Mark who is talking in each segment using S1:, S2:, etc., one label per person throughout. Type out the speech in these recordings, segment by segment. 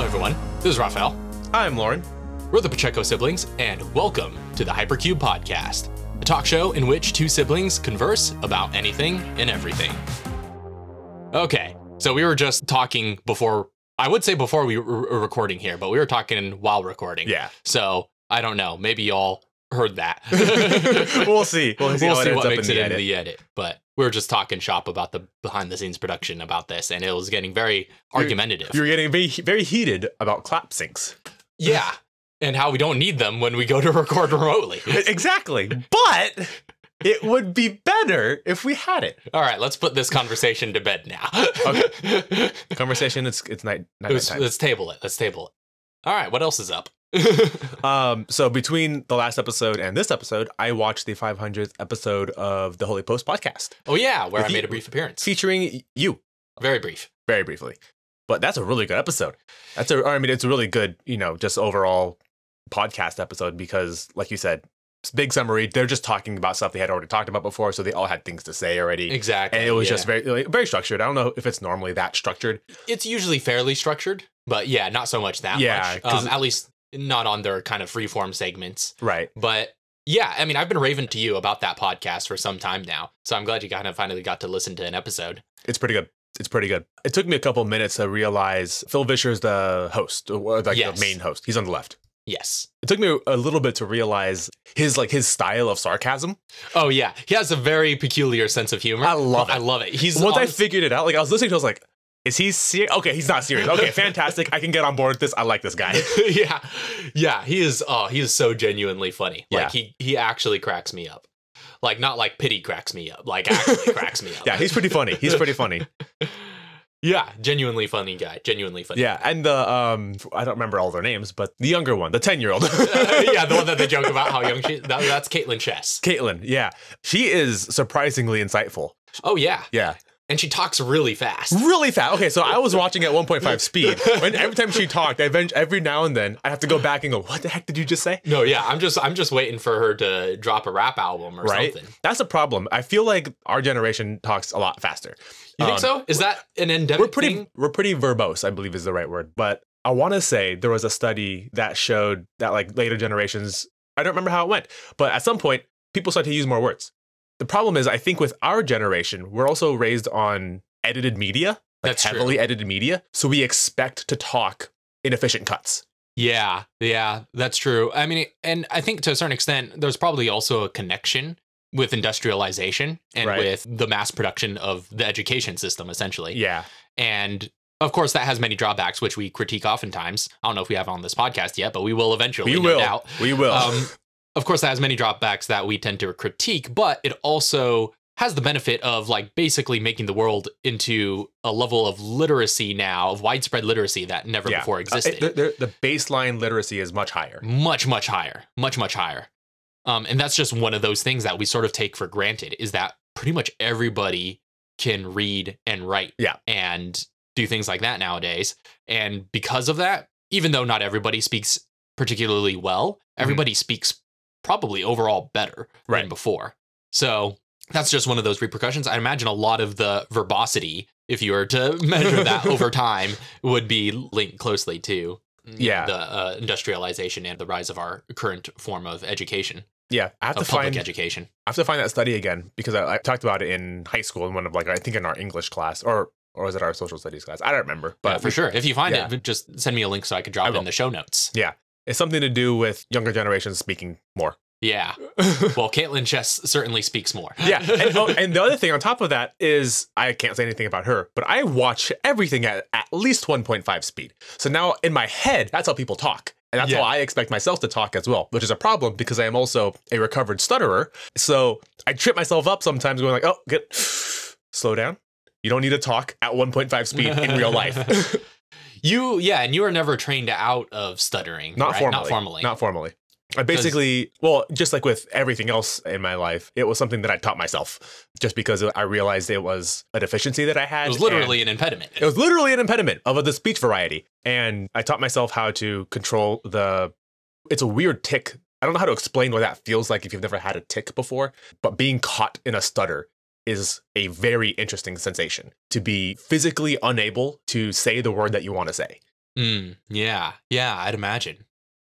S1: This is Raphael.
S2: Hi, I'm Lauren.
S1: We're the Pacheco siblings, and welcome to the Hypercube Podcast, a talk show in which two siblings converse about anything and everything. Okay, so we were just talking before, I would say before we were recording here, but we were talking while recording.
S2: Yeah.
S1: So I don't know. Maybe y'all heard that.
S2: we'll see. We'll
S1: we'll
S2: how it
S1: see
S2: ends
S1: what
S2: up
S1: makes
S2: in
S1: it into
S2: the edit.
S1: the edit. But we were just talking shop about the behind the scenes production about this, and it was getting very argumentative.
S2: You're getting very, very heated about clap syncs.
S1: yeah. And how we don't need them when we go to record remotely.
S2: exactly. But it would be better if we had it.
S1: All right, let's put this conversation to bed now.
S2: Okay. Conversation. It's it's night. night
S1: let's,
S2: time.
S1: let's table it. Let's table it. All right, what else is up?
S2: Um. So between the last episode and this episode, I watched the 500th episode of the Holy Post podcast,
S1: oh yeah, where I
S2: With
S1: made
S2: you-
S1: a brief appearance.
S2: featuring you
S1: Very brief.
S2: very briefly. But that's a really good episode. That's a. I mean, it's a really good. You know, just overall podcast episode because, like you said. it's Big summary. They're just talking about stuff they had already talked about before, so they all had things to say already.
S1: Exactly.
S2: and it was
S1: yeah.
S2: just very like, very structured. I don't know if it's normally that structured.
S1: it's usually fairly structured, but yeah, not so much that
S2: Yeah,
S1: much.
S2: 'cause-
S1: Um, at least not on their kind of freeform segments.
S2: Right.
S1: But yeah, I mean, I've been raving to you about that podcast for some time now, so I'm glad you kind of finally got to listen to an episode.
S2: It's pretty good. It's pretty good. It took me a couple minutes to realize Phil Vischer is the host, or like
S1: Yes.
S2: the main host. He's on the left.
S1: Yes.
S2: It took me a little bit to realize his like his style of sarcasm.
S1: Oh yeah, he has a very peculiar sense of humor.
S2: I love
S1: I
S2: it.
S1: love it. He's
S2: Once I
S1: honest-
S2: figured it out, like I was listening to, it, I was like, "Is he serious? Okay, he's not serious. Okay, fantastic. I can get on board with this. I like this guy."
S1: yeah, yeah, he is. Oh, he is so genuinely funny.
S2: Yeah.
S1: Like he he actually cracks me up. Like not like pity cracks me up. Like actually cracks me up.
S2: Yeah, he's pretty funny. He's pretty funny.
S1: yeah, genuinely funny guy. Genuinely funny.
S2: Yeah, and the um, I don't remember all their names, but the younger one, the ten year old.
S1: yeah, the one that they joke about how young she. That, that's Caitlin Chess.
S2: Caitlin, yeah. She is surprisingly insightful.
S1: Oh yeah,
S2: Yeah.
S1: and she talks really fast.
S2: Really fast. Okay, so I was watching at 1.5 speed. When every time she talked, I eventu- every now and then I have to go back and go, what the heck did you just say?
S1: No, yeah, I'm just I'm just waiting for her to drop a rap album or
S2: Right?
S1: something.
S2: That's a problem. I feel like our generation talks a lot faster.
S1: You think
S2: Um,
S1: so? Is that an endemic?
S2: We're pretty
S1: thing?
S2: we're pretty verbose, I believe is the right word. But I wanna say there was a study that showed that like later generations I don't remember how it went, but at some point people started to use more words. The problem is I think with our generation, we're also raised on edited media. Like
S1: That's true.
S2: heavily edited media. So we expect to talk inefficient cuts.
S1: Yeah, yeah, that's true. I mean, and I think to a certain extent, there's probably also a connection with industrialization and
S2: Right.
S1: with the mass production of the education system, essentially.
S2: Yeah.
S1: And of course, that has many drawbacks, which we critique oftentimes. I don't know if we have on this podcast yet, but we will eventually.
S2: We
S1: no
S2: will.
S1: doubt.
S2: We will.
S1: Um, of course, that has many drawbacks that we tend to critique, but it also has the benefit of like basically making the world into a level of literacy now, of widespread literacy that never
S2: Yeah.
S1: before
S2: Uh,
S1: existed
S2: it- the, the- the baseline literacy is much higher.
S1: much much higher much much higher um, and that's just one of those things that we sort of take for granted is that pretty much everybody can read and write
S2: Yeah.
S1: and do things like that nowadays and because of that even though not everybody speaks particularly well everybody speaks probably overall better than
S2: Mm-hmm. Right.
S1: before so that's just one of those repercussions i imagine a lot of the verbosity if you were to measure that over time would be linked closely to
S2: Mm, Yeah.
S1: the uh, industrialization and the rise of our current form of education,
S2: Yeah, I have to
S1: of public
S2: find
S1: education.
S2: I have to find that study again because I, I talked about it in high school in one of like I think in our English class or or was it our social studies class? I don't remember,
S1: But
S2: but
S1: for sure, if you find
S2: yeah.
S1: it, just send me a link so I could drop
S2: I
S1: it in
S2: will.
S1: the show notes.
S2: it's something to do with younger generations speaking more.
S1: Yeah. Well, Caitlin Chess certainly speaks more.
S2: yeah, and, oh, and the other thing on top of that is I can't say anything about her, but I watch everything at at least 1.5 speed. So now in my head, that's how people talk. And that's
S1: Yeah.
S2: how I expect myself to talk as well, which is a problem because I am also a recovered stutterer. So I trip myself up sometimes going like, oh, good. Slow down. You don't need to talk at 1.5 speed in real life.
S1: you, yeah, and you were never trained out of stuttering.
S2: Not
S1: right?
S2: formally.
S1: Not formally.
S2: Not formally. I basically, well, just like with everything else in my life, it was something that I taught myself just because I realized it was a deficiency that I had.
S1: it was
S2: and-
S1: literally an impediment.
S2: It was literally an impediment of the speech variety. And I taught myself how to control the. It's a weird tick. I don't know how to explain what that feels like if you've never had a tick before, but being caught in a stutter is a very interesting sensation to be physically unable to say the word that you want to say.
S1: Mm, yeah, yeah, I'd imagine.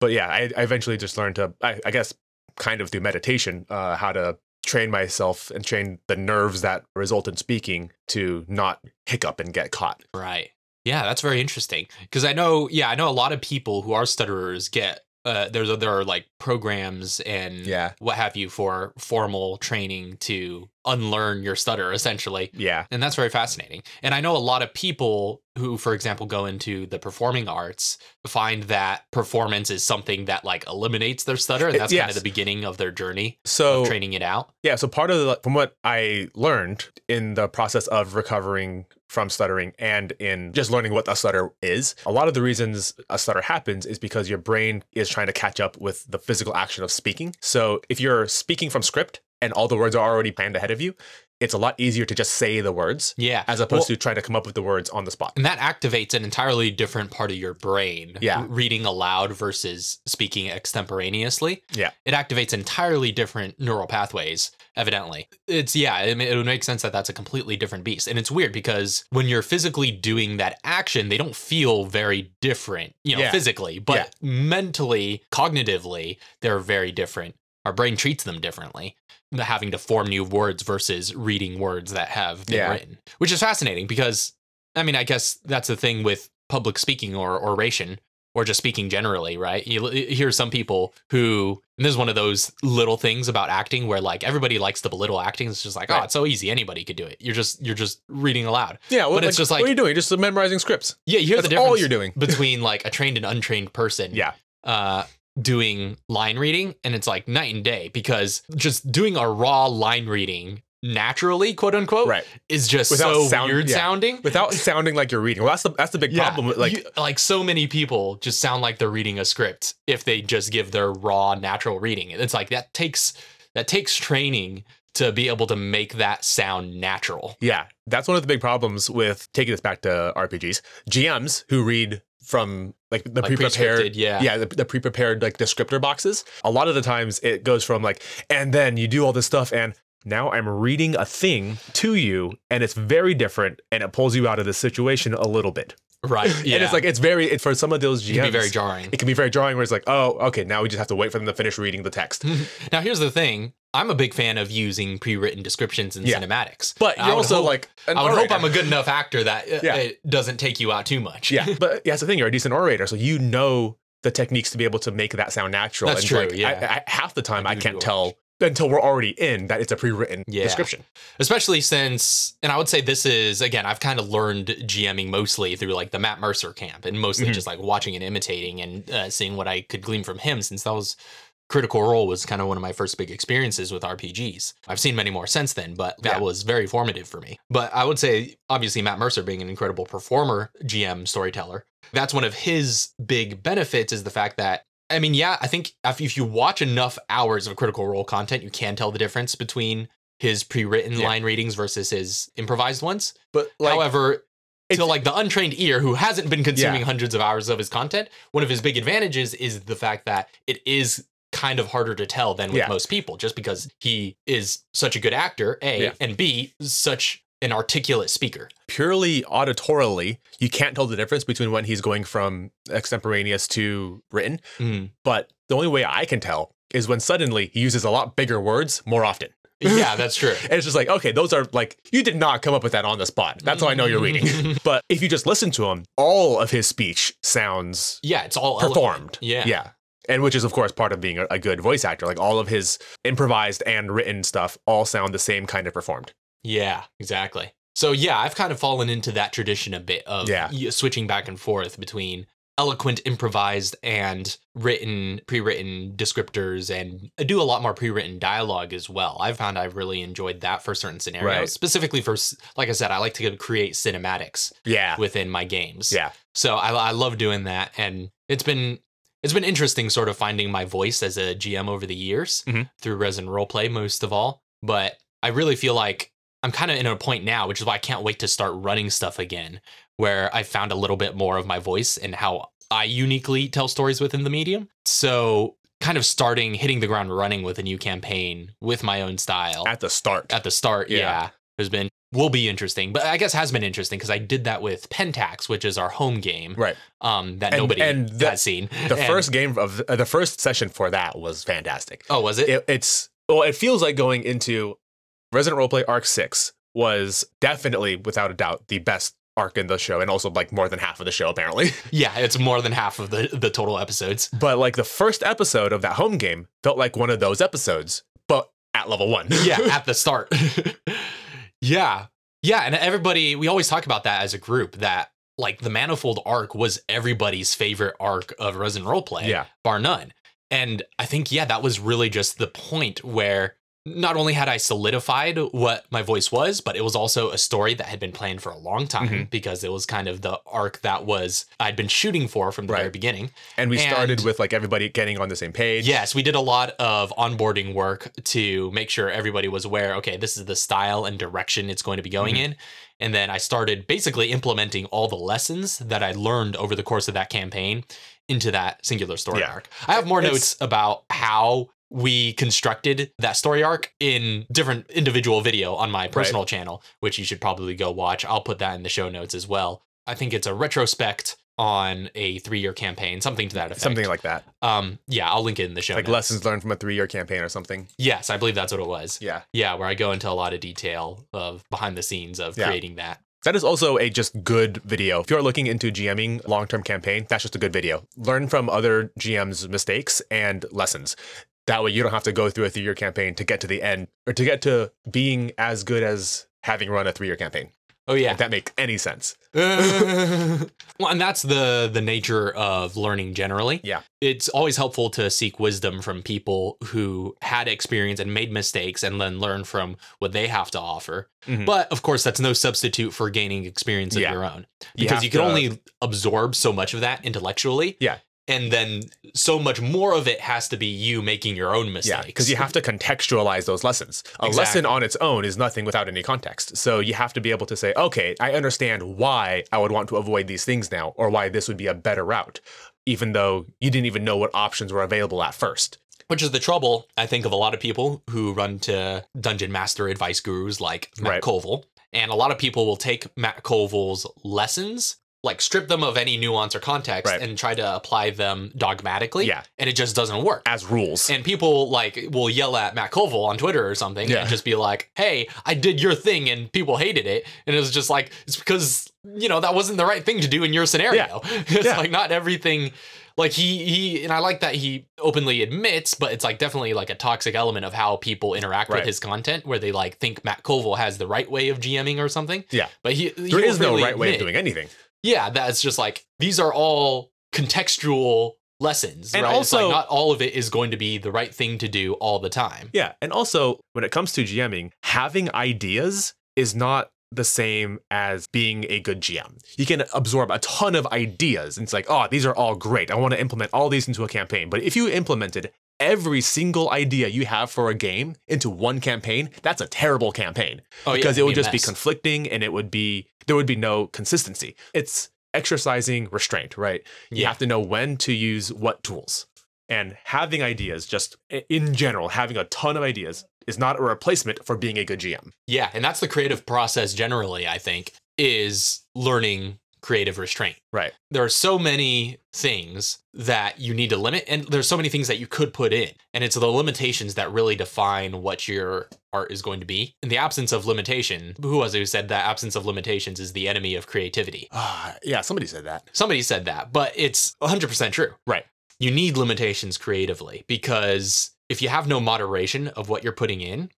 S2: But yeah, I, I eventually just learned to, I, I guess, kind of through meditation, uh, how to train myself and train the nerves that result in speaking to not hiccup and get caught.
S1: Right. Yeah, that's very interesting because I know. Yeah, I know a lot of people who are stutterers get. Uh, there's there are like programs and
S2: Yeah.
S1: what have you for formal training to unlearn your stutter essentially.
S2: Yeah.
S1: And that's very fascinating. And I know a lot of people who, for example, go into the performing arts find that performance is something that like eliminates their stutter. And
S2: It-
S1: that's kind
S2: yes.
S1: of the beginning of their journey
S2: So
S1: of training it out.
S2: Yeah, so part of the, from what I learned in the process of recovering from stuttering and in just learning what a stutter is, a lot of the reasons a stutter happens is because your brain is trying to catch up with the physical action of speaking. So if you're speaking from script and all the words are already planned ahead of you, it's a lot easier to just say the words
S1: Yeah.
S2: as opposed
S1: Well-
S2: to trying to come up with the words on the spot.
S1: And that activates an entirely different part of your brain.
S2: Yeah.
S1: R- Reading aloud versus speaking extemporaneously.
S2: Yeah.
S1: It activates entirely different neural pathways, evidently. It's, yeah, it, ma- it would make sense that that's a completely different beast. And it's weird because when you're physically doing that action, they don't feel very different, you know,
S2: Yeah.
S1: physically, but mentally, cognitively, they're very different. Our brain treats them differently the having to form new words versus reading words that have been
S2: Yeah.
S1: written, which is fascinating because I mean, I guess that's the thing with public speaking or oration or just speaking generally, right? You l- hear some people who, and this is one of those little things about acting where like everybody likes to belittle acting. It's just like, oh,
S2: Right.
S1: it's so easy. Anybody could do it. You're just, you're just reading aloud.
S2: Yeah, well,
S1: But it's just like-
S2: what are you doing? Just memorizing scripts.
S1: Yeah. You hear the
S2: That's
S1: difference
S2: all you're doing.
S1: between like a trained and untrained person.
S2: Yeah.
S1: Uh, doing line reading and it's like night and day because just doing a raw line reading naturally quote unquote
S2: Right.
S1: is just
S2: Without
S1: so
S2: sound-
S1: weird
S2: yeah.
S1: sounding
S2: Without sounding like you're reading. Well, that's the that's the big problem. with, Like
S1: you- like so many people just sound like they're reading a script if they just give their raw natural reading. It's like that takes that takes training to be able to make that sound natural.
S2: Yeah, that's one of the big problems with taking this back to RPGs. GMs who read from like the
S1: Like
S2: pre-prepared,
S1: pre-scripted, yeah.
S2: yeah, the, the pre-prepared like descriptor boxes. A lot of the times it goes from like, and then you do all this stuff, and now I'm reading a thing to you, and it's very different, and it pulls you out of the situation a little bit.
S1: Right. Yeah.
S2: And it's like it's very it, for some of those
S1: it
S2: GMs,
S1: can be very jarring.
S2: it can be very jarring. Where it's like, oh, okay, now we just have to wait for them to finish reading the text.
S1: Mm. now here's the thing. I'm a big fan of using pre-written descriptions in
S2: Yeah.
S1: cinematics.
S2: But
S1: I
S2: you're
S1: would
S2: also
S1: hope-
S2: like, an
S1: I would hope
S2: orator.
S1: I'm a good enough actor that it,
S2: Yeah.
S1: it doesn't take you out too much.
S2: Yeah, but yeah, that's the thing. You're a decent orator, so you know the techniques to be able to make that sound natural.
S1: That's
S2: and
S1: true,
S2: Like,
S1: yeah.
S2: I, I, half the time,
S1: I
S2: I,
S1: do
S2: can't
S1: do
S2: tell until we're already in that it's a pre-written
S1: Yeah.
S2: description.
S1: especially since and i would say this is again i've kind of learned gming mostly through like the matt mercer camp and mostly
S2: Mhm.
S1: just like watching and imitating and uh, seeing what i could glean from him since that was critical role was kind of one of my first big experiences with rpgs i've seen many more since then but that
S2: Yeah.
S1: was very formative for me but i would say obviously matt mercer being an incredible performer gm storyteller that's one of his big benefits is the fact that I mean, yeah, I think if if you watch enough hours of Critical Role content, you can tell the difference between his pre-written
S2: Yeah.
S1: line readings versus his improvised ones.
S2: But like,
S1: However, to
S2: it's-
S1: like the untrained ear who hasn't been consuming hundreds of hours of his content, one of his big advantages is the fact that it is kind of harder to tell than with
S2: Yeah.
S1: most people, just because he is such a good actor, A,
S2: Yeah.
S1: and B, such an articulate speaker.
S2: purely auditorily, you can't tell the difference between when he's going from extemporaneous to written. But the only way I can tell is when suddenly he uses a lot bigger words more often.
S1: Yeah, that's true.
S2: And it's just like, okay, those are like, you did not come up with that on the spot. That's how I know you're reading. but if you just listen to him, all of his speech sounds
S1: yeah, it's all ele-
S2: performed.
S1: Yeah.
S2: Yeah. And which is, of course, part of being a, a good voice actor. Like all of his improvised and written stuff all sound the same kind of performed.
S1: Yeah, exactly. So yeah, I've kind of fallen into that tradition a bit of
S2: Yeah.
S1: y- switching back and forth between eloquent improvised and written pre-written descriptors and I do a lot more pre-written dialogue as well. I've found I've really enjoyed that for certain scenarios,
S2: Right.
S1: specifically for s- like I said, I like to create cinematics
S2: Yeah.
S1: within my games.
S2: Yeah.
S1: So I, I love doing that, and it's been it's been interesting, sort of finding my voice as a GM over the years
S2: Mhm.
S1: through resin roleplay, most of all. But I really feel like I'm kind of in a point now, which is why I can't wait to start running stuff again, where I found a little bit more of my voice and how I uniquely tell stories within the medium. So kind of starting hitting the ground running with a new campaign with my own style
S2: At the start.
S1: at the start. Yeah.
S2: Yeah.
S1: There's been will be interesting, but I guess has been interesting because I did that with Pentax, which is our home game,
S2: Right.
S1: um, that
S2: And-
S1: nobody
S2: and the-
S1: has seen.
S2: The
S1: And-
S2: first game of uh, the first session for that was fantastic.
S1: oh, was it?
S2: It, it's well, it feels like going into Resident Roleplay Arc Six was definitely, without a doubt, the best arc in the show, and also like more than half of the show apparently.
S1: yeah, it's more than half of the the total episodes.
S2: But like the first episode of that home game felt like one of those episodes, but at level one.
S1: Yeah, at the start. yeah, yeah, and everybody. We always talk about that as a group that like the manifold arc was everybody's favorite arc of Resident Roleplay.
S2: yeah.
S1: bar none. And I think, yeah, that was really just the point where not only had I solidified what my voice was, but it was also a story that had been planned for a long time
S2: Mhm.
S1: because it was kind of the arc that was I'd been shooting for from the very
S2: Right.
S1: beginning.
S2: And we started
S1: And-
S2: with like everybody getting on the same page.
S1: Yes, we did a lot of onboarding work to make sure everybody was aware, okay, this is the style and direction it's going to be going
S2: Mhm.
S1: in. And then I started basically implementing all the lessons that I learned over the course of that campaign into that singular story
S2: Yeah.
S1: arc. I have more
S2: It's-
S1: notes about how we constructed that story arc in different individual video on my personal channel, which you should probably go watch. I'll put that in the show notes as well. I think it's a retrospect on a three-year campaign, something to that effect.
S2: Something like that.
S1: Um, yeah, I'll link it in the show.
S2: like
S1: notes.
S2: lessons learned from a three year campaign or something.
S1: Yes, I believe that's what it was.
S2: Yeah.
S1: Yeah, where I go into a lot of detail of behind the scenes of
S2: Yeah.
S1: creating that.
S2: That is also a just good video. If you're looking into GMing long term campaign, that's just a good video. Learn from other GM's mistakes and lessons. That way you don't have to go through a three year campaign to get to the end or to get to being as good as having run a three year campaign.
S1: Oh yeah.
S2: If that makes any sense.
S1: well, and that's the the nature of learning generally.
S2: Yeah.
S1: It's always helpful to seek wisdom from people who had experience and made mistakes and then learn from what they have to offer.
S2: Mhm.
S1: But of course, that's no substitute for gaining experience of
S2: Yeah.
S1: your own
S2: You
S1: because
S2: have
S1: you, can
S2: to-
S1: only absorb so much of that intellectually.
S2: Yeah.
S1: And then so much more of it has to be you making your own mistakes.
S2: Yeah, because you have to contextualize those lessons. A
S1: Exactly.
S2: lesson on its own is nothing without any context. So you have to be able to say, okay, I understand why I would want to avoid these things now, or why this would be a better route, even though you didn't even know what options were available at first.
S1: Which is the trouble, I think, of a lot of people who run to dungeon master advice gurus like Matt
S2: Right.
S1: Colville. And a lot of people will take Matt Colville's lessons, like strip them of any nuance or context,
S2: Right.
S1: and try to apply them dogmatically.
S2: Yeah.
S1: And it just doesn't work.
S2: As rules.
S1: And people like will yell at Matt Colville on Twitter or something
S2: Yeah.
S1: and just be like, hey, I did your thing and people hated it. And it was just like, it's because, you know, that wasn't the right thing to do in your scenario. it's
S2: Yeah.
S1: like not everything like he he and I like that he openly admits, but it's like definitely like a toxic element of how people interact with
S2: Right.
S1: his content where they like think Matt Colville has the right way of GMing or something.
S2: Yeah.
S1: But he
S2: there is no right way of doing anything.
S1: Yeah, that's just like these are all contextual lessons,
S2: And
S1: right? It's like
S2: also-
S1: not all of it is going to be the right thing to do all the time.
S2: Yeah. And also, when it comes to GMing, having ideas is not the same as being a good GM. You can absorb a ton of ideas. And it's like, oh, these are all great. I want to implement all these into a campaign. But if you implemented every single idea you have for a game into one campaign, that's a terrible campaign
S1: Oh, yeah,
S2: because it would
S1: a
S2: just be
S1: mess.
S2: conflicting and it would be, there would be no consistency. It's exercising restraint, right? You
S1: Yeah.
S2: have to know when to use what tools. And having ideas, just i- in general, having a ton of ideas is not a replacement for being a good GM.
S1: Yeah, and that's the creative process generally, I think, is learning creative restraint.
S2: Right.
S1: There are so many things that you need to limit and there's so many things that you could put in. And it's the limitations that really define what your art is going to be. In the absence of limitation, who was it who said that absence of limitations is the enemy of creativity?
S2: Ah, yeah, somebody said that.
S1: Somebody said that, but it's 100% true.
S2: Right.
S1: You need limitations creatively because if you have no moderation of what you're putting in,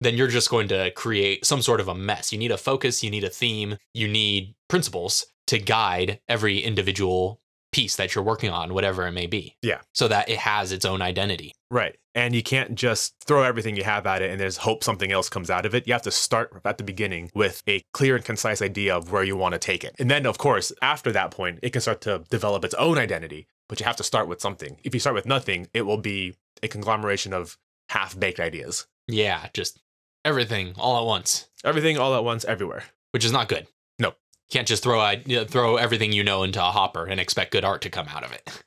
S1: then you're just going to create some sort of a mess. You need a focus, you need a theme, you need principles to guide every individual piece that you're working on, whatever it may be.
S2: Yeah.
S1: So that it has its own identity.
S2: Right. And you can't just throw everything you have at it and there's hope something else comes out of it. You have to start at the beginning with a clear and concise idea of where you want to take it. And then, of course, after that point, it can start to develop its own identity, but you have to start with something. If you start with nothing, it will be a conglomeration of half baked ideas.
S1: Yeah, just everything all at once,
S2: Everything all at once, everywhere.
S1: which is not good.
S2: No.
S1: Can't just throw i- you know, throw everything you know into a hopper and expect good art to come out of it.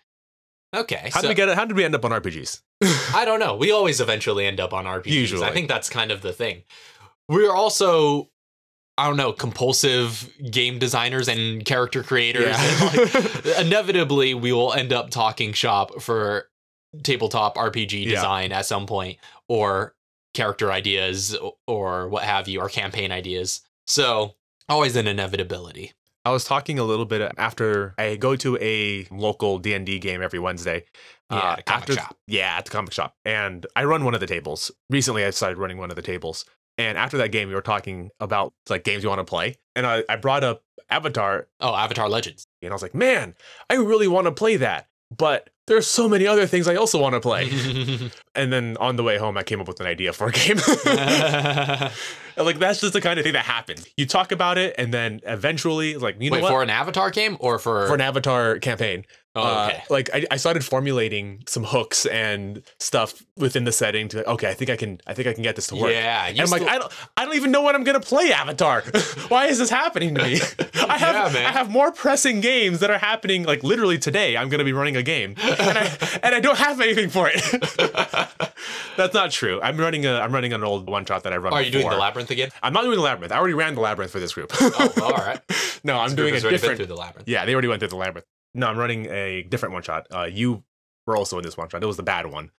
S1: Okay.
S2: How
S1: so-
S2: did we get it? How did we end up on RPGs?
S1: I don't know. We always eventually end up on RPGs.
S2: Usually.
S1: I think that's kind of the thing. We're also I don't know, compulsive game designers and character creators. And like, inevitably, we will end up talking shop for tabletop RPG
S2: Yeah.
S1: design at some point, or character ideas, or what have you, or campaign ideas. So, always an inevitability.
S2: I was talking a little bit after I go to a local D and D game every Wednesday.
S1: Yeah, at a comic
S2: Uh, after,
S1: shop.
S2: Yeah, at the comic shop, and I run one of the tables. Recently, I started running one of the tables, and after that game, we were talking about like games you want to play, and I, I brought up Avatar,
S1: Oh, Avatar Legends.
S2: and I was like, man, I really want to play that, but there's so many other things I also want to play. and then on the way home, I came up with an idea for a game.
S1: Wait,
S2: And, like that's just the kind of thing that happens. You talk about it, and then eventually, like you know what.
S1: for an Avatar game or for?
S2: for an avatar campaign,
S1: oh,
S2: uh,
S1: okay.
S2: like I, I started formulating some hooks and stuff within the setting to okay, I think I can I think I can get this to work.
S1: yeah,
S2: And I'm like, I don't I don't even know what I'm gonna play Avatar. Why is this happening to me? I have
S1: Yeah, man.
S2: I have more pressing games that are happening like literally today. I'm gonna be running a game. And I and I don't have anything for it. That's not true. I'm running a I'm running an old one shot that I run.
S1: Are you Oh, doing the
S2: before.
S1: labyrinth again?
S2: I'm not doing the labyrinth. I already ran the labyrinth for this group.
S1: Oh, all right.
S2: no, I'm doing a
S1: Has already been
S2: different
S1: through the labyrinth.
S2: yeah, they already went through the labyrinth. No, I'm running a different one shot. Uh, you were also in this one shot. It was the bad one.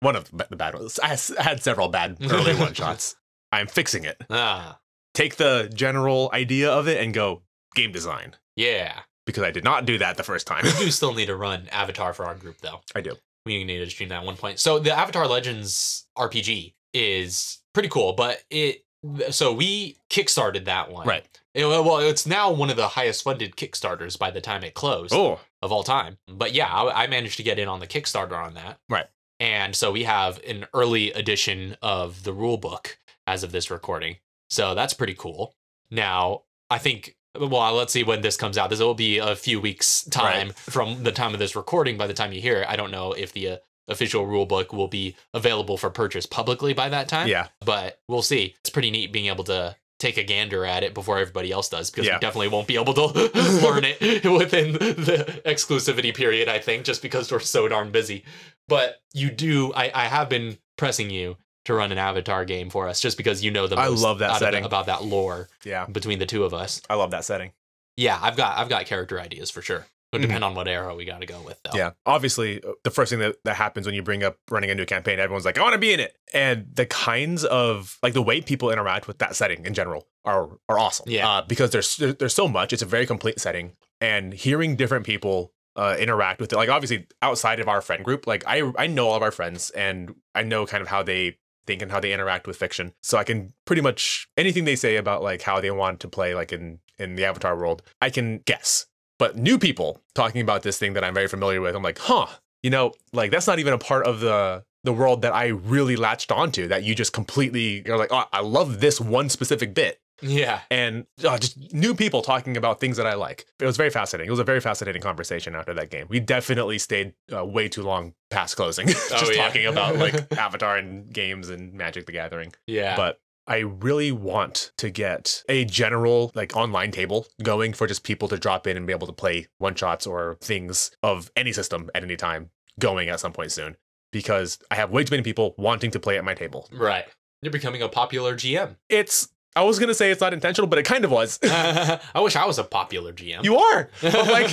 S2: One of the ba- the bad ones. I s- I had several bad early one shots. I'm fixing it.
S1: Ah,
S2: Take the general idea of it and go game design
S1: yeah.
S2: because I did not do that the first time.
S1: We do still need to run Avatar for our group, though.
S2: I do.
S1: We need to stream that at one point. So the Avatar Legends RPG is pretty cool, but it. So we kickstarted that one,
S2: Right.
S1: It- well, it's now one of the highest funded kickstarters by the time it closed
S2: Oh,
S1: of all time. But yeah, I, I managed to get in on the Kickstarter on that,
S2: Right.
S1: And so we have an early edition of the rule book as of this recording, so that's pretty cool. Now I think. Well, let's see when this comes out. This will be a few weeks time from the time of this recording. By the time you hear it, I don't know if the uh, official rule book will be available for purchase publicly by that time
S2: yeah.
S1: but we'll see. It's pretty neat being able to take a gander at it before everybody else does because
S2: Yeah.
S1: we definitely won't be able to learn it within the exclusivity period, I think, just because we're so darn busy. But you do, I, I have been pressing you to run an avatar game for us just because you know the most
S2: I love that
S1: out of the-
S2: setting.
S1: about that lore
S2: Yeah.
S1: between the two of us.
S2: I love that setting.
S1: Yeah, I've got I've got character ideas for sure. It would depend on what era we got to go with though.
S2: Mm-hmm. Yeah. Obviously, uh, the first thing that, that happens when you bring up running a new campaign, everyone's like, I want to be in it. And the kinds of, like, the way people interact with that setting in general are, are awesome.
S1: Yeah.
S2: Uh, because there's, there- there's so much. It's a very complete setting. And hearing different people uh, interact with it, like, obviously, outside of our friend group, like, I, I know all of our friends and I know kind of how they think and how they interact with fiction. So I can pretty much anything they say about, like, how they want to play, like, in, in the Avatar world, I can guess but new people talking about this thing that I'm very familiar with, I'm like, huh, you know, like that's not even a part of the the world that I really latched onto. That you just completely you're like, oh, I love this one specific bit,
S1: Yeah.
S2: and oh, just new people talking about things that I like. It was very fascinating. It was a very fascinating conversation after that game. We definitely stayed uh, way too long past closing, just
S1: Oh, yeah.
S2: talking about like Avatar and games and Magic the Gathering
S1: Yeah.
S2: but I really want to get a general like online table going for just people to drop in and be able to play one shots or things of any system at any time going at some point soon because I have way too many people wanting to play at my table.
S1: right. You're becoming a popular GM.
S2: It's I was gonna say it's not intentional, but it kind of was.
S1: I wish I was a popular GM.
S2: you are. But,
S1: like,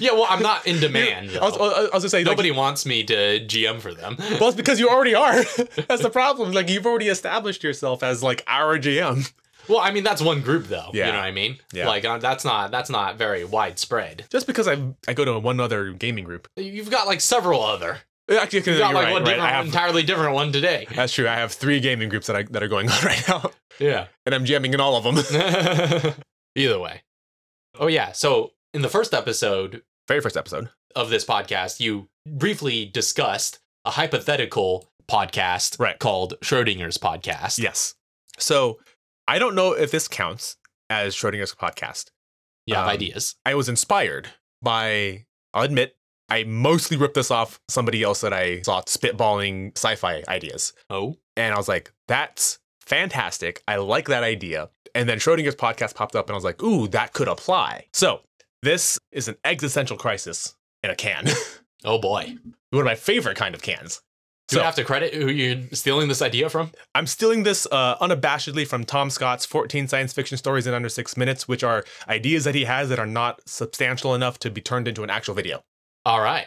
S1: yeah, well, I'm not in demand.
S2: I was, I
S1: though.
S2: was I was gonna say nobody.
S1: Nobody wants me to GM for them.
S2: Like, well, it's because you already are. That's the problem. Like you've already established yourself as like our GM.
S1: Well, I mean, that's one group, though.
S2: Yeah.
S1: You know what I mean?
S2: Yeah.
S1: Like, uh, that's not that's not very widespread.
S2: Just because I I go to one other gaming group.
S1: You've got like several other.
S2: Uh, Actually,
S1: You've got like
S2: you're right,
S1: one
S2: right.
S1: different,
S2: I have
S1: entirely different one today.
S2: That's true. I have three gaming groups that I that are going on right now,
S1: Yeah.
S2: and I'm jamming in all of them.
S1: Either way. Oh yeah. So in the first episode
S2: Very first episode.
S1: of this podcast, you briefly discussed a hypothetical podcast
S2: Right.
S1: called Schrodinger's podcast.
S2: Yes. So I don't know if this counts as Schrodinger's podcast.
S1: You have
S2: Um,
S1: ideas.
S2: I was inspired by. I'll admit, I mostly ripped this off somebody else that I saw spitballing sci-fi ideas,
S1: Oh.
S2: and I was like, "That's fantastic. I like that idea." And then Schrodinger's podcast popped up, and I was like, "Ooh, that could apply." So this is an existential crisis in a can.
S1: Oh boy.
S2: One of my favorite kind of cans.
S1: Do
S2: So-
S1: you have to credit who you're stealing this idea from?
S2: I'm stealing this uh, unabashedly from Tom Scott's 14 science fiction stories in under six minutes, which are ideas that he has that are not substantial enough to be turned into an actual video.
S1: All right.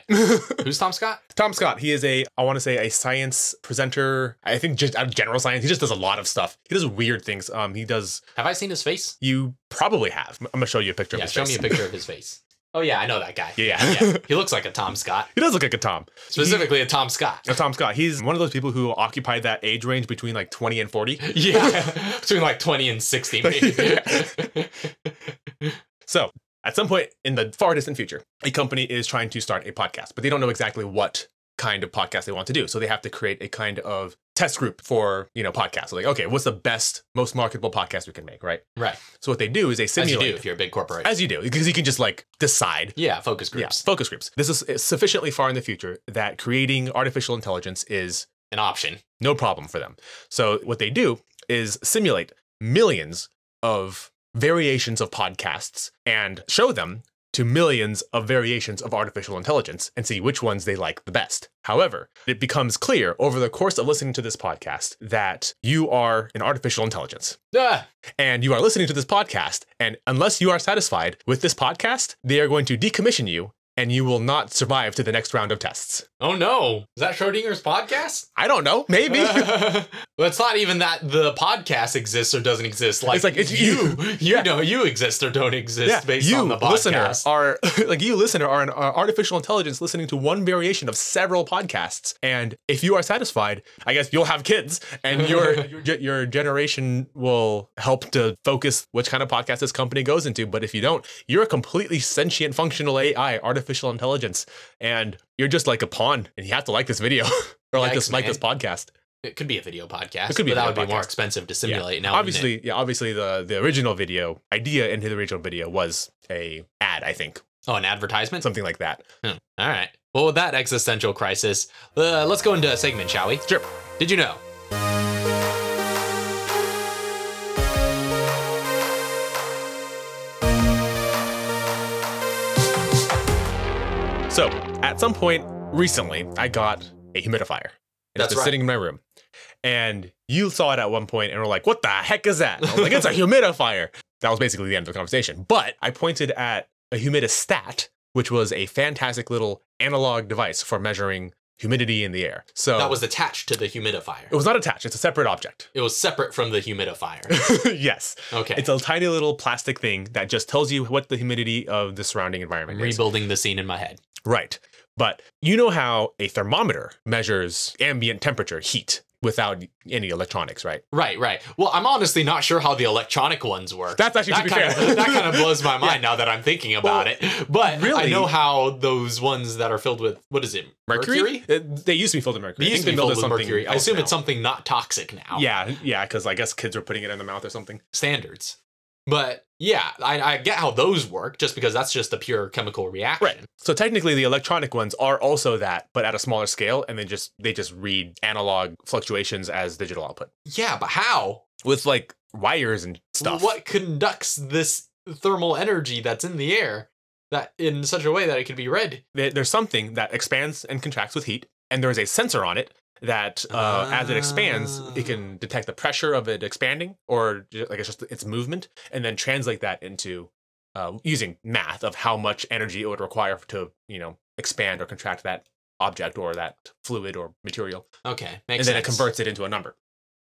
S1: Who's Tom Scott?
S2: Tom Scott, he is a, I want to say, a science presenter. I think just out of general science, he just does a lot of stuff. He does weird things. Um, he does.
S1: Have I seen his face?
S2: You probably have. I'm gonna show you a picture
S1: yeah,
S2: of his
S1: show
S2: face.
S1: me a picture of his face. Oh yeah, I know that guy.
S2: Yeah, yeah.
S1: he looks like a Tom Scott,
S2: he does look like a Tom.
S1: specifically a Tom Scott.
S2: He, a Tom Scott. He's one of those people who occupy that age range between like 20 and 40.
S1: yeah, between like twenty and sixty, maybe.
S2: So, at some point in the far distant future, a company is trying to start a podcast, but they don't know exactly what kind of podcast they want to do. So they have to create a kind of test group for, you know, podcasts. So like, okay, what's the best, most marketable podcast we can make, right?
S1: right,
S2: So what they do is they
S1: as you do
S2: simulate
S1: if you're a big corporation.
S2: as you do, because you can just like decide.
S1: yeah, focus
S2: Yes,
S1: groups,
S2: focus groups. This is uh, sufficiently far in the future that creating artificial intelligence is
S1: an option.
S2: no problem for them. So what they do is simulate millions of variations of podcasts and show them to millions of variations of artificial intelligence and see which ones they like the best. However, it becomes clear over the course of listening to this podcast that you are an artificial intelligence
S1: Ah,
S2: and you are listening to this podcast and unless you are satisfied with this podcast, they are going to decommission you and you will not survive to the next round of tests.
S1: oh no, is that Schrodinger's podcast?
S2: I don't know, maybe.
S1: well, it's not even that the podcast exists or doesn't exist. Like
S2: It's like, it's
S1: you, you,
S2: Yeah.
S1: know, you exist or don't exist based on the podcast.
S2: listener are like you listener are an are artificial intelligence listening to one variation of several podcasts and if you are satisfied i guess you'll have kids and your your, ge- your generation will help to focus which kind of podcast this company goes into but if you don't you're a completely sentient functional ai artificial intelligence and you're just like a pawn and you have to like this video or like this
S1: Yikes,
S2: like
S1: man.
S2: this podcast
S1: It could be a video podcast.
S2: It could be a
S1: but that would
S2: video
S1: be more
S2: podcast.
S1: expensive to simulate. now, wouldn't it?
S2: obviously yeah obviously the the original video idea in the original video was a ad i think
S1: Oh, an advertisement.
S2: something like that
S1: Hmm. All right. Well, with that existential crisis, uh, let's go into a segment, shall we?
S2: Sure.
S1: Did you know?
S2: So, at some point recently, I got a humidifier. And
S1: That's
S2: it's been
S1: right.
S2: sitting in my room. And you saw it at one point and were like, what the heck is that? And I was like, it's a humidifier. That was basically the end of the conversation. But I pointed at a humidistat, which was a fantastic little analog device for measuring humidity in the air. So
S1: That was attached to the humidifier.
S2: Oh. it was not attached, it's a separate object.
S1: It was separate from the humidifier.
S2: yes.
S1: Okay.
S2: It's a tiny little plastic thing that just tells you what the humidity of the surrounding environment is.
S1: Rebuilding the scene in my head.
S2: Right. But you know how a thermometer measures ambient temperature, heat, without any electronics, right?
S1: Right, right. Well, I'm honestly not sure how the electronic ones work.
S2: That's actually- to
S1: that
S2: be
S1: kind
S2: fair.
S1: of that kind of blows my mind now that I'm thinking about
S2: Well,
S1: it. But I
S2: really-
S1: know how those ones that are filled with what is it?
S2: Uh, they used to be filled with mercury.
S1: They
S2: I
S1: used to
S2: think
S1: be
S2: built
S1: filled with
S2: something
S1: mercury. I
S2: else
S1: assume
S2: now.
S1: it's something not toxic now.
S2: Yeah, yeah, because I guess kids were putting it in their mouth or something.
S1: standards. But yeah, I, I get how those work just because that's just a pure chemical reaction.
S2: Right. So technically, the electronic ones are also that, but at a smaller scale, and then just they just read analog fluctuations as digital output
S1: Yeah, but how?
S2: with like wires and stuff.
S1: What conducts this thermal energy that's in the air that in such a way that it can be read?
S2: there- there's something that expands and contracts with heat, and there's a sensor on it that, uh, as it expands, it
S1: Ah.
S2: can detect the pressure of it expanding, or ju- like it's just its movement, and then translate that into uh, using math of how much energy it would require to, you know, expand or contract that object or that fluid or material,
S1: Okay, makes
S2: and then it
S1: sense.
S2: converts it into a number.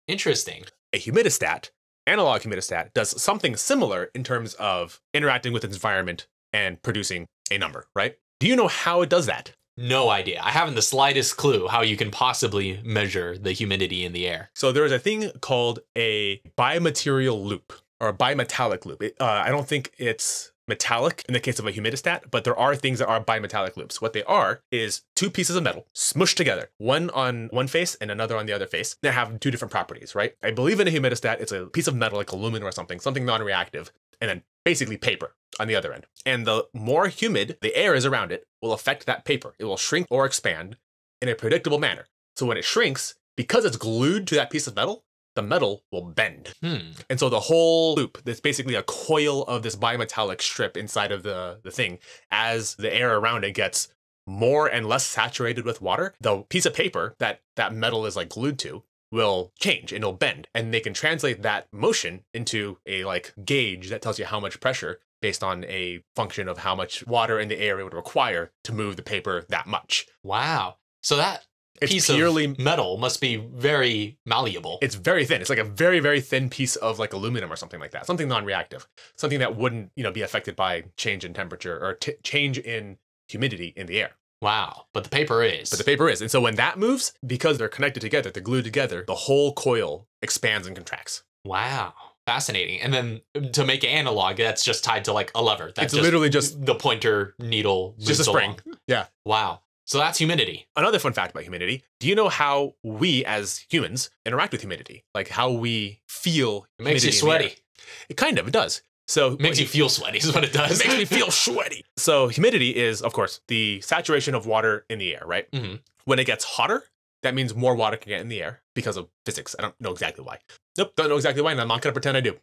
S1: Interesting.
S2: A humidistat, analog humidistat, does something similar in terms of interacting with its environment and producing a number, right? Do you know how it does that?
S1: No idea. I haven't the slightest clue how you can possibly measure the humidity in the air.
S2: So there is a thing called a bimaterial loop or a bimetallic loop. It- uh, I don't think it's metallic in the case of a humidistat, but there are things that are bimetallic loops. What they are is two pieces of metal smushed together, one on one face and another on the other face, that have two different properties, right? I believe in a humidistat, it's a piece of metal like aluminum or something, something non reactive, and then basically paper on the other end. And the more humid the air is around it will affect that paper. It will shrink or expand in a predictable manner. So when it shrinks, because it's glued to that piece of metal, the metal will bend.
S1: Hmm.
S2: And so the whole loop, that's basically a coil of this bimetallic strip inside of the, the thing, as the air around it gets more and less saturated with water, the piece of paper that that metal is like glued to will change and it'll bend. And they can translate that motion into a like gauge that tells you how much pressure based on a function of how much water in the air it would require to move the paper that much.
S1: Wow. So that
S2: It's
S1: piece
S2: purely
S1: of metal must be very malleable.
S2: it's very thin. It's like a very, very thin piece of like aluminum or something like that. Something non-reactive. Something that wouldn't, you know, be affected by change in temperature or t- change in humidity in the air.
S1: wow. But the paper is.
S2: But the paper is. And so when that moves, because they're connected together, they're glued together, the whole coil expands and contracts.
S1: wow. Fascinating. And then um, to make analog, that's just tied to like a lever. That's
S2: it's literally just
S1: the pointer needle.
S2: Just a
S1: moves
S2: spring.
S1: along.
S2: Yeah.
S1: Wow. So that's humidity.
S2: another fun fact about humidity. Do you know how we as humans interact with humidity? Like how we feel
S1: It makes you
S2: humidity in the
S1: sweaty.
S2: air? It kind of it does. So
S1: It makes you feel sweaty is what it
S2: it
S1: does.
S2: makes me feel sweaty. So humidity is, of course, the saturation of water in the air, right?
S1: Mhm.
S2: When it gets hotter, that means more water can get in the air because of physics. I don't know exactly why. Nope, don't know exactly why, and I'm not gonna pretend I do.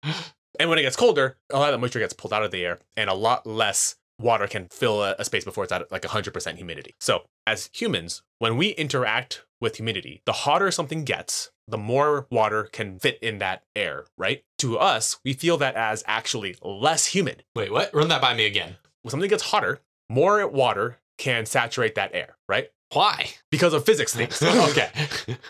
S2: and when it gets colder, a lot of that moisture gets pulled out of the air, and a lot less water can fill a, a space before it's at like 100% humidity. So, as humans, when we interact with humidity, the hotter something gets, the more water can fit in that air, right? To us, we feel that as actually less humid.
S1: Wait, what? Run that by me again.
S2: When something gets hotter, more water can saturate that air, right?
S1: Why?
S2: Because of physics things.
S1: okay.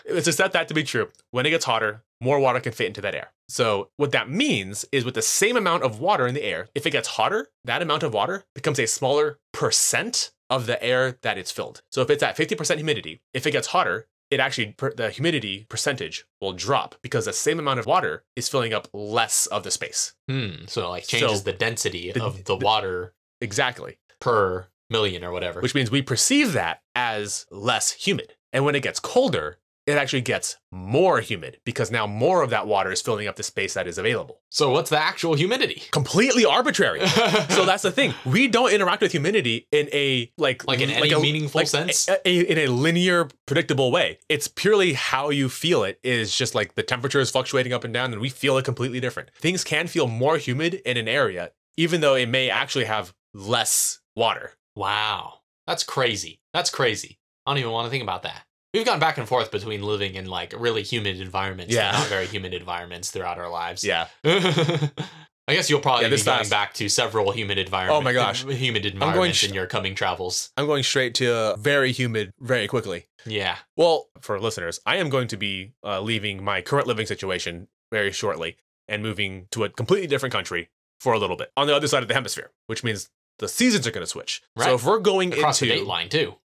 S2: Let's accept that to be true. When it gets hotter, more water can fit into that air. So, what that means is with the same amount of water in the air, if it gets hotter, that amount of water becomes a smaller percent of the air that it's filled. So, if it's at 50% humidity, if it gets hotter, it actually, per, the humidity percentage will drop because the same amount of water is filling up less of the space.
S1: Hmm. So it, like changes
S2: So
S1: the density
S2: the-
S1: of the
S2: the-
S1: water
S2: Exactly.
S1: per million or whatever.
S2: which means we perceive that as less humid. And when it gets colder, it actually gets more humid because now more of that water is filling up the space that is available.
S1: so what's the actual humidity?
S2: Completely arbitrary. so that's the thing. We don't interact with humidity in a like
S1: Like in any meaningful sense?
S2: a- a- in a linear, predictable way. It's purely how you feel it is just like the temperature is fluctuating up and down, and we feel it completely different. Things can feel more humid in an area, even though it may actually have less water.
S1: Wow. That's crazy. That's crazy. I don't even want to think about that. We've gone back and forth between living in like really humid environments
S2: Yeah.
S1: and not very humid environments throughout our lives.
S2: Yeah.
S1: I guess you'll probably
S2: Yeah,
S1: be
S2: this
S1: going
S2: fast.
S1: back to several humid environments.
S2: Oh my gosh.
S1: Humid
S2: going
S1: environments
S2: sh-
S1: in your coming travels.
S2: I'm going straight to uh, very humid very quickly.
S1: Yeah.
S2: Well, for listeners, I am going to be uh, leaving my current living situation very shortly and moving to a completely different country for a little bit on the other side of the hemisphere, which means the seasons are going to switch.
S1: Right.
S2: So if we're going
S1: Across the
S2: into
S1: date line too.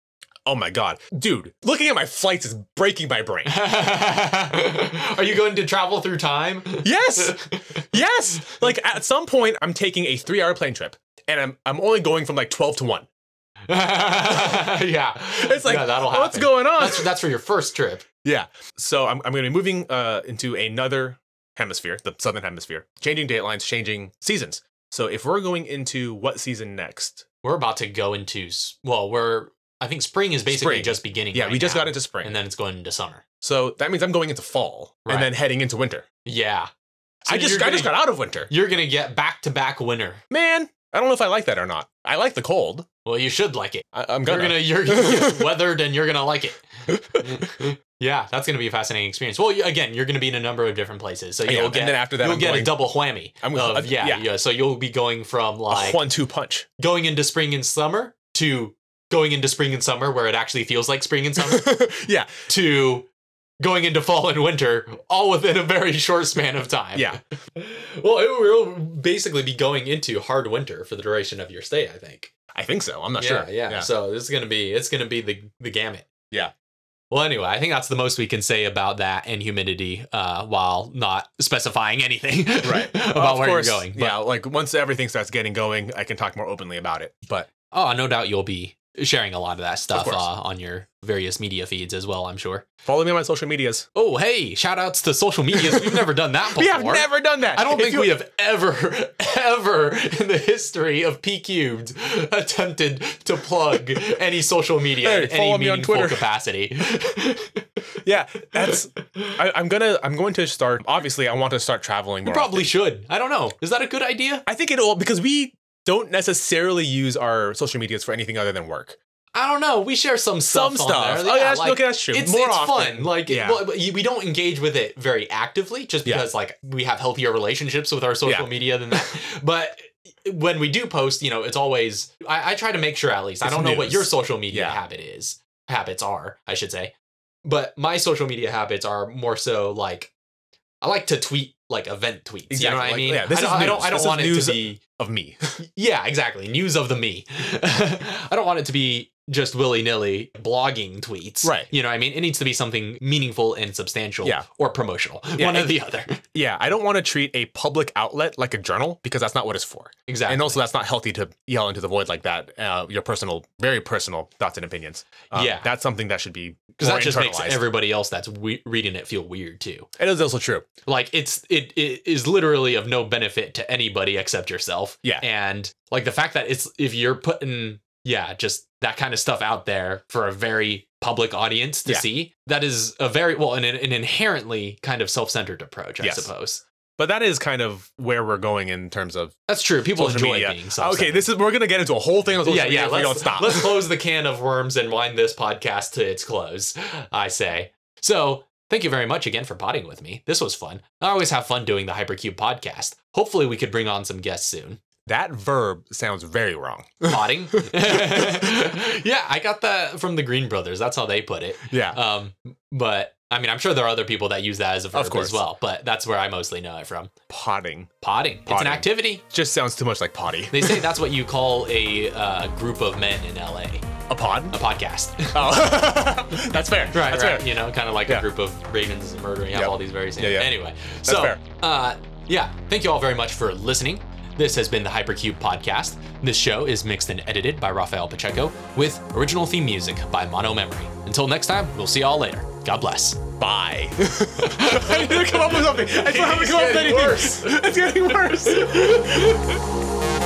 S2: oh my god, dude, looking at my flights is breaking my brain.
S1: Are you going to travel through time?
S2: yes, yes. Like at some point, I'm taking a three-hour plane trip, and I'm I'm only going from like twelve to one.
S1: yeah.
S2: It's like
S1: Yeah, that'll happen.
S2: what's going on?
S1: That's, that's for your first trip.
S2: Yeah. So I'm, I'm going to be moving uh, into another hemisphere, the southern hemisphere, changing date lines, changing seasons. So if we're going into what season next?
S1: We're about to go into, s- well, we're, I think spring is basically
S2: Spring.
S1: just beginning.
S2: Yeah,
S1: right
S2: we just
S1: now.
S2: got into spring.
S1: And then it's going into summer.
S2: so that means I'm going into fall
S1: Right.
S2: and then heading into winter.
S1: Yeah.
S2: I just
S1: going
S2: I just got out of winter.
S1: You're going to get back to back winter.
S2: Man, I don't know if I like that or not. I like the cold.
S1: Well, you should like it.
S2: I, I'm gonna.
S1: You're gonna you're gonna get weathered and you're gonna like it. yeah, that's gonna be a fascinating experience. Well, you- again, you're gonna be in a number of different places, so
S2: I
S1: you'll
S2: am.
S1: get
S2: and then after that,
S1: you'll
S2: I'm
S1: get
S2: going
S1: a double whammy.
S2: I'm-
S1: of,
S2: uh,
S1: yeah, yeah,
S2: yeah.
S1: So you'll be going from like
S2: one-two punch.
S1: going into spring and summer to going into spring and summer where it actually feels like spring and summer
S2: yeah,
S1: to going into fall and winter all within a very short span of time.
S2: yeah.
S1: Well, it will basically be going into hard winter for the duration of your stay, I think.
S2: I think so. I'm not
S1: yeah,
S2: sure.
S1: Yeah, So this is gonna be it's gonna be the the gamut.
S2: Yeah.
S1: Well, anyway, I think that's the most we can say about that and humidity, uh, while not specifying anything
S2: Right.
S1: about
S2: Of
S1: where
S2: course,
S1: you're going. But,
S2: yeah, like once everything starts getting going, I can talk more openly about it. But
S1: Oh, no doubt you'll be sharing a lot of that stuff uh,
S2: course.
S1: on your various media feeds as well. I'm sure.
S2: follow me on my social medias.
S1: Oh, hey! Shout outs to social medias. We've never done that before.
S2: We have never done that.
S1: I don't
S2: If
S1: think
S2: you-
S1: we have ever, ever in the history of P Cubed attempted to plug any social media
S2: Hey,
S1: in any
S2: follow me on
S1: meaningful
S2: Twitter.
S1: capacity.
S2: Yeah, that's. I, I'm gonna. I'm going to start. Obviously, I want to start traveling.
S1: You
S2: More
S1: probably
S2: often.
S1: should. I don't know. Is that a good idea?
S2: I think it'll because we don't necessarily use our social medias for anything other than work.
S1: I don't know. We share some stuff.
S2: Some
S1: on
S2: stuff.
S1: there.
S2: Oh,
S1: Yeah,
S2: that's,
S1: like,
S2: okay, that's true.
S1: It's,
S2: More
S1: it's
S2: often.
S1: fun. Like,
S2: Yeah.
S1: well, but you- we don't engage with it very actively just
S2: Yeah.
S1: because, like, we have healthier relationships with our social
S2: Yeah.
S1: media than that. but when we do post, you know, it's always, I, I try to make sure at least, I
S2: It's
S1: don't know what
S2: news.
S1: your social media
S2: Yeah.
S1: habit is, habits are, I should say. But my social media habits are more so like, I like to tweet like event tweets. You know
S2: Exactly,
S1: what I
S2: like,
S1: mean?
S2: yeah, this
S1: I don't,
S2: is
S1: I don't,
S2: news.
S1: I don't
S2: This is
S1: want
S2: news.
S1: it to be
S2: of me.
S1: yeah, exactly. News of the me. I don't want it to be just willy nilly blogging tweets.
S2: Right.
S1: You know what I mean? It needs to be something meaningful and substantial
S2: Yeah.
S1: or promotional.
S2: Yeah,
S1: One or
S2: and-
S1: the other.
S2: yeah, I don't want to treat a public outlet like a journal because that's not what it's for.
S1: Exactly.
S2: And also, that's not healthy to yell into the void like that. Uh, your personal, very personal thoughts and opinions. Um,
S1: Yeah.
S2: that's something that should be
S1: because
S2: more
S1: that just makes
S2: internalized.
S1: everybody else that's we- reading it feel weird too.
S2: It is also true.
S1: Like it's it, it is literally of no benefit to anybody except yourself.
S2: Yeah.
S1: And like the fact that it's if you're putting yeah just that kind of stuff out there for a very public audience to
S2: Yeah.
S1: see that is a very well an, an inherently kind of self-centered approach i
S2: Yes.
S1: suppose
S2: But that is kind of where we're going in terms of
S1: That's true. People enjoy
S2: social media.
S1: being
S2: Okay, this is we're gonna get into a whole thing on social
S1: yeah,
S2: media
S1: yeah.
S2: if
S1: Let's,
S2: we don't stop.
S1: let's close the can of worms and wind this podcast to its close. I say. So, thank you very much again for potting with me. This was fun. I always have fun doing the Hypercube podcast. Hopefully, we could bring on some guests soon.
S2: that verb sounds very wrong.
S1: Potting. yeah, I got that from the Green Brothers. That's how they put it.
S2: Yeah.
S1: Um, but I mean, I'm sure there are other people that use that as a verb
S2: course.
S1: as well. But that's where I mostly know it from.
S2: potting.
S1: Potting. It's an
S2: Potting.
S1: activity.
S2: Just sounds too much like potty.
S1: They say that's what you call a uh, group of men in LA.
S2: A pod?
S1: A podcast.
S2: Oh. That's fair.
S1: Uh, Right,
S2: That's
S1: right.
S2: fair.
S1: You know, kind of like a
S2: Yeah.
S1: group of ravens and murdering have
S2: Yep.
S1: all these very same.
S2: Yeah, yeah.
S1: Anyway, so
S2: fair.
S1: uh, yeah, thank you all very much for listening. This has been the Hypercube podcast. This show is mixed and edited by Rafael Pacheco with original theme music by Mono Memory. Until next time, we'll see y'all later. God bless.
S2: Bye. I need to come up with something. I still haven't
S1: It's
S2: come up with
S1: getting
S2: anything. It's getting worse.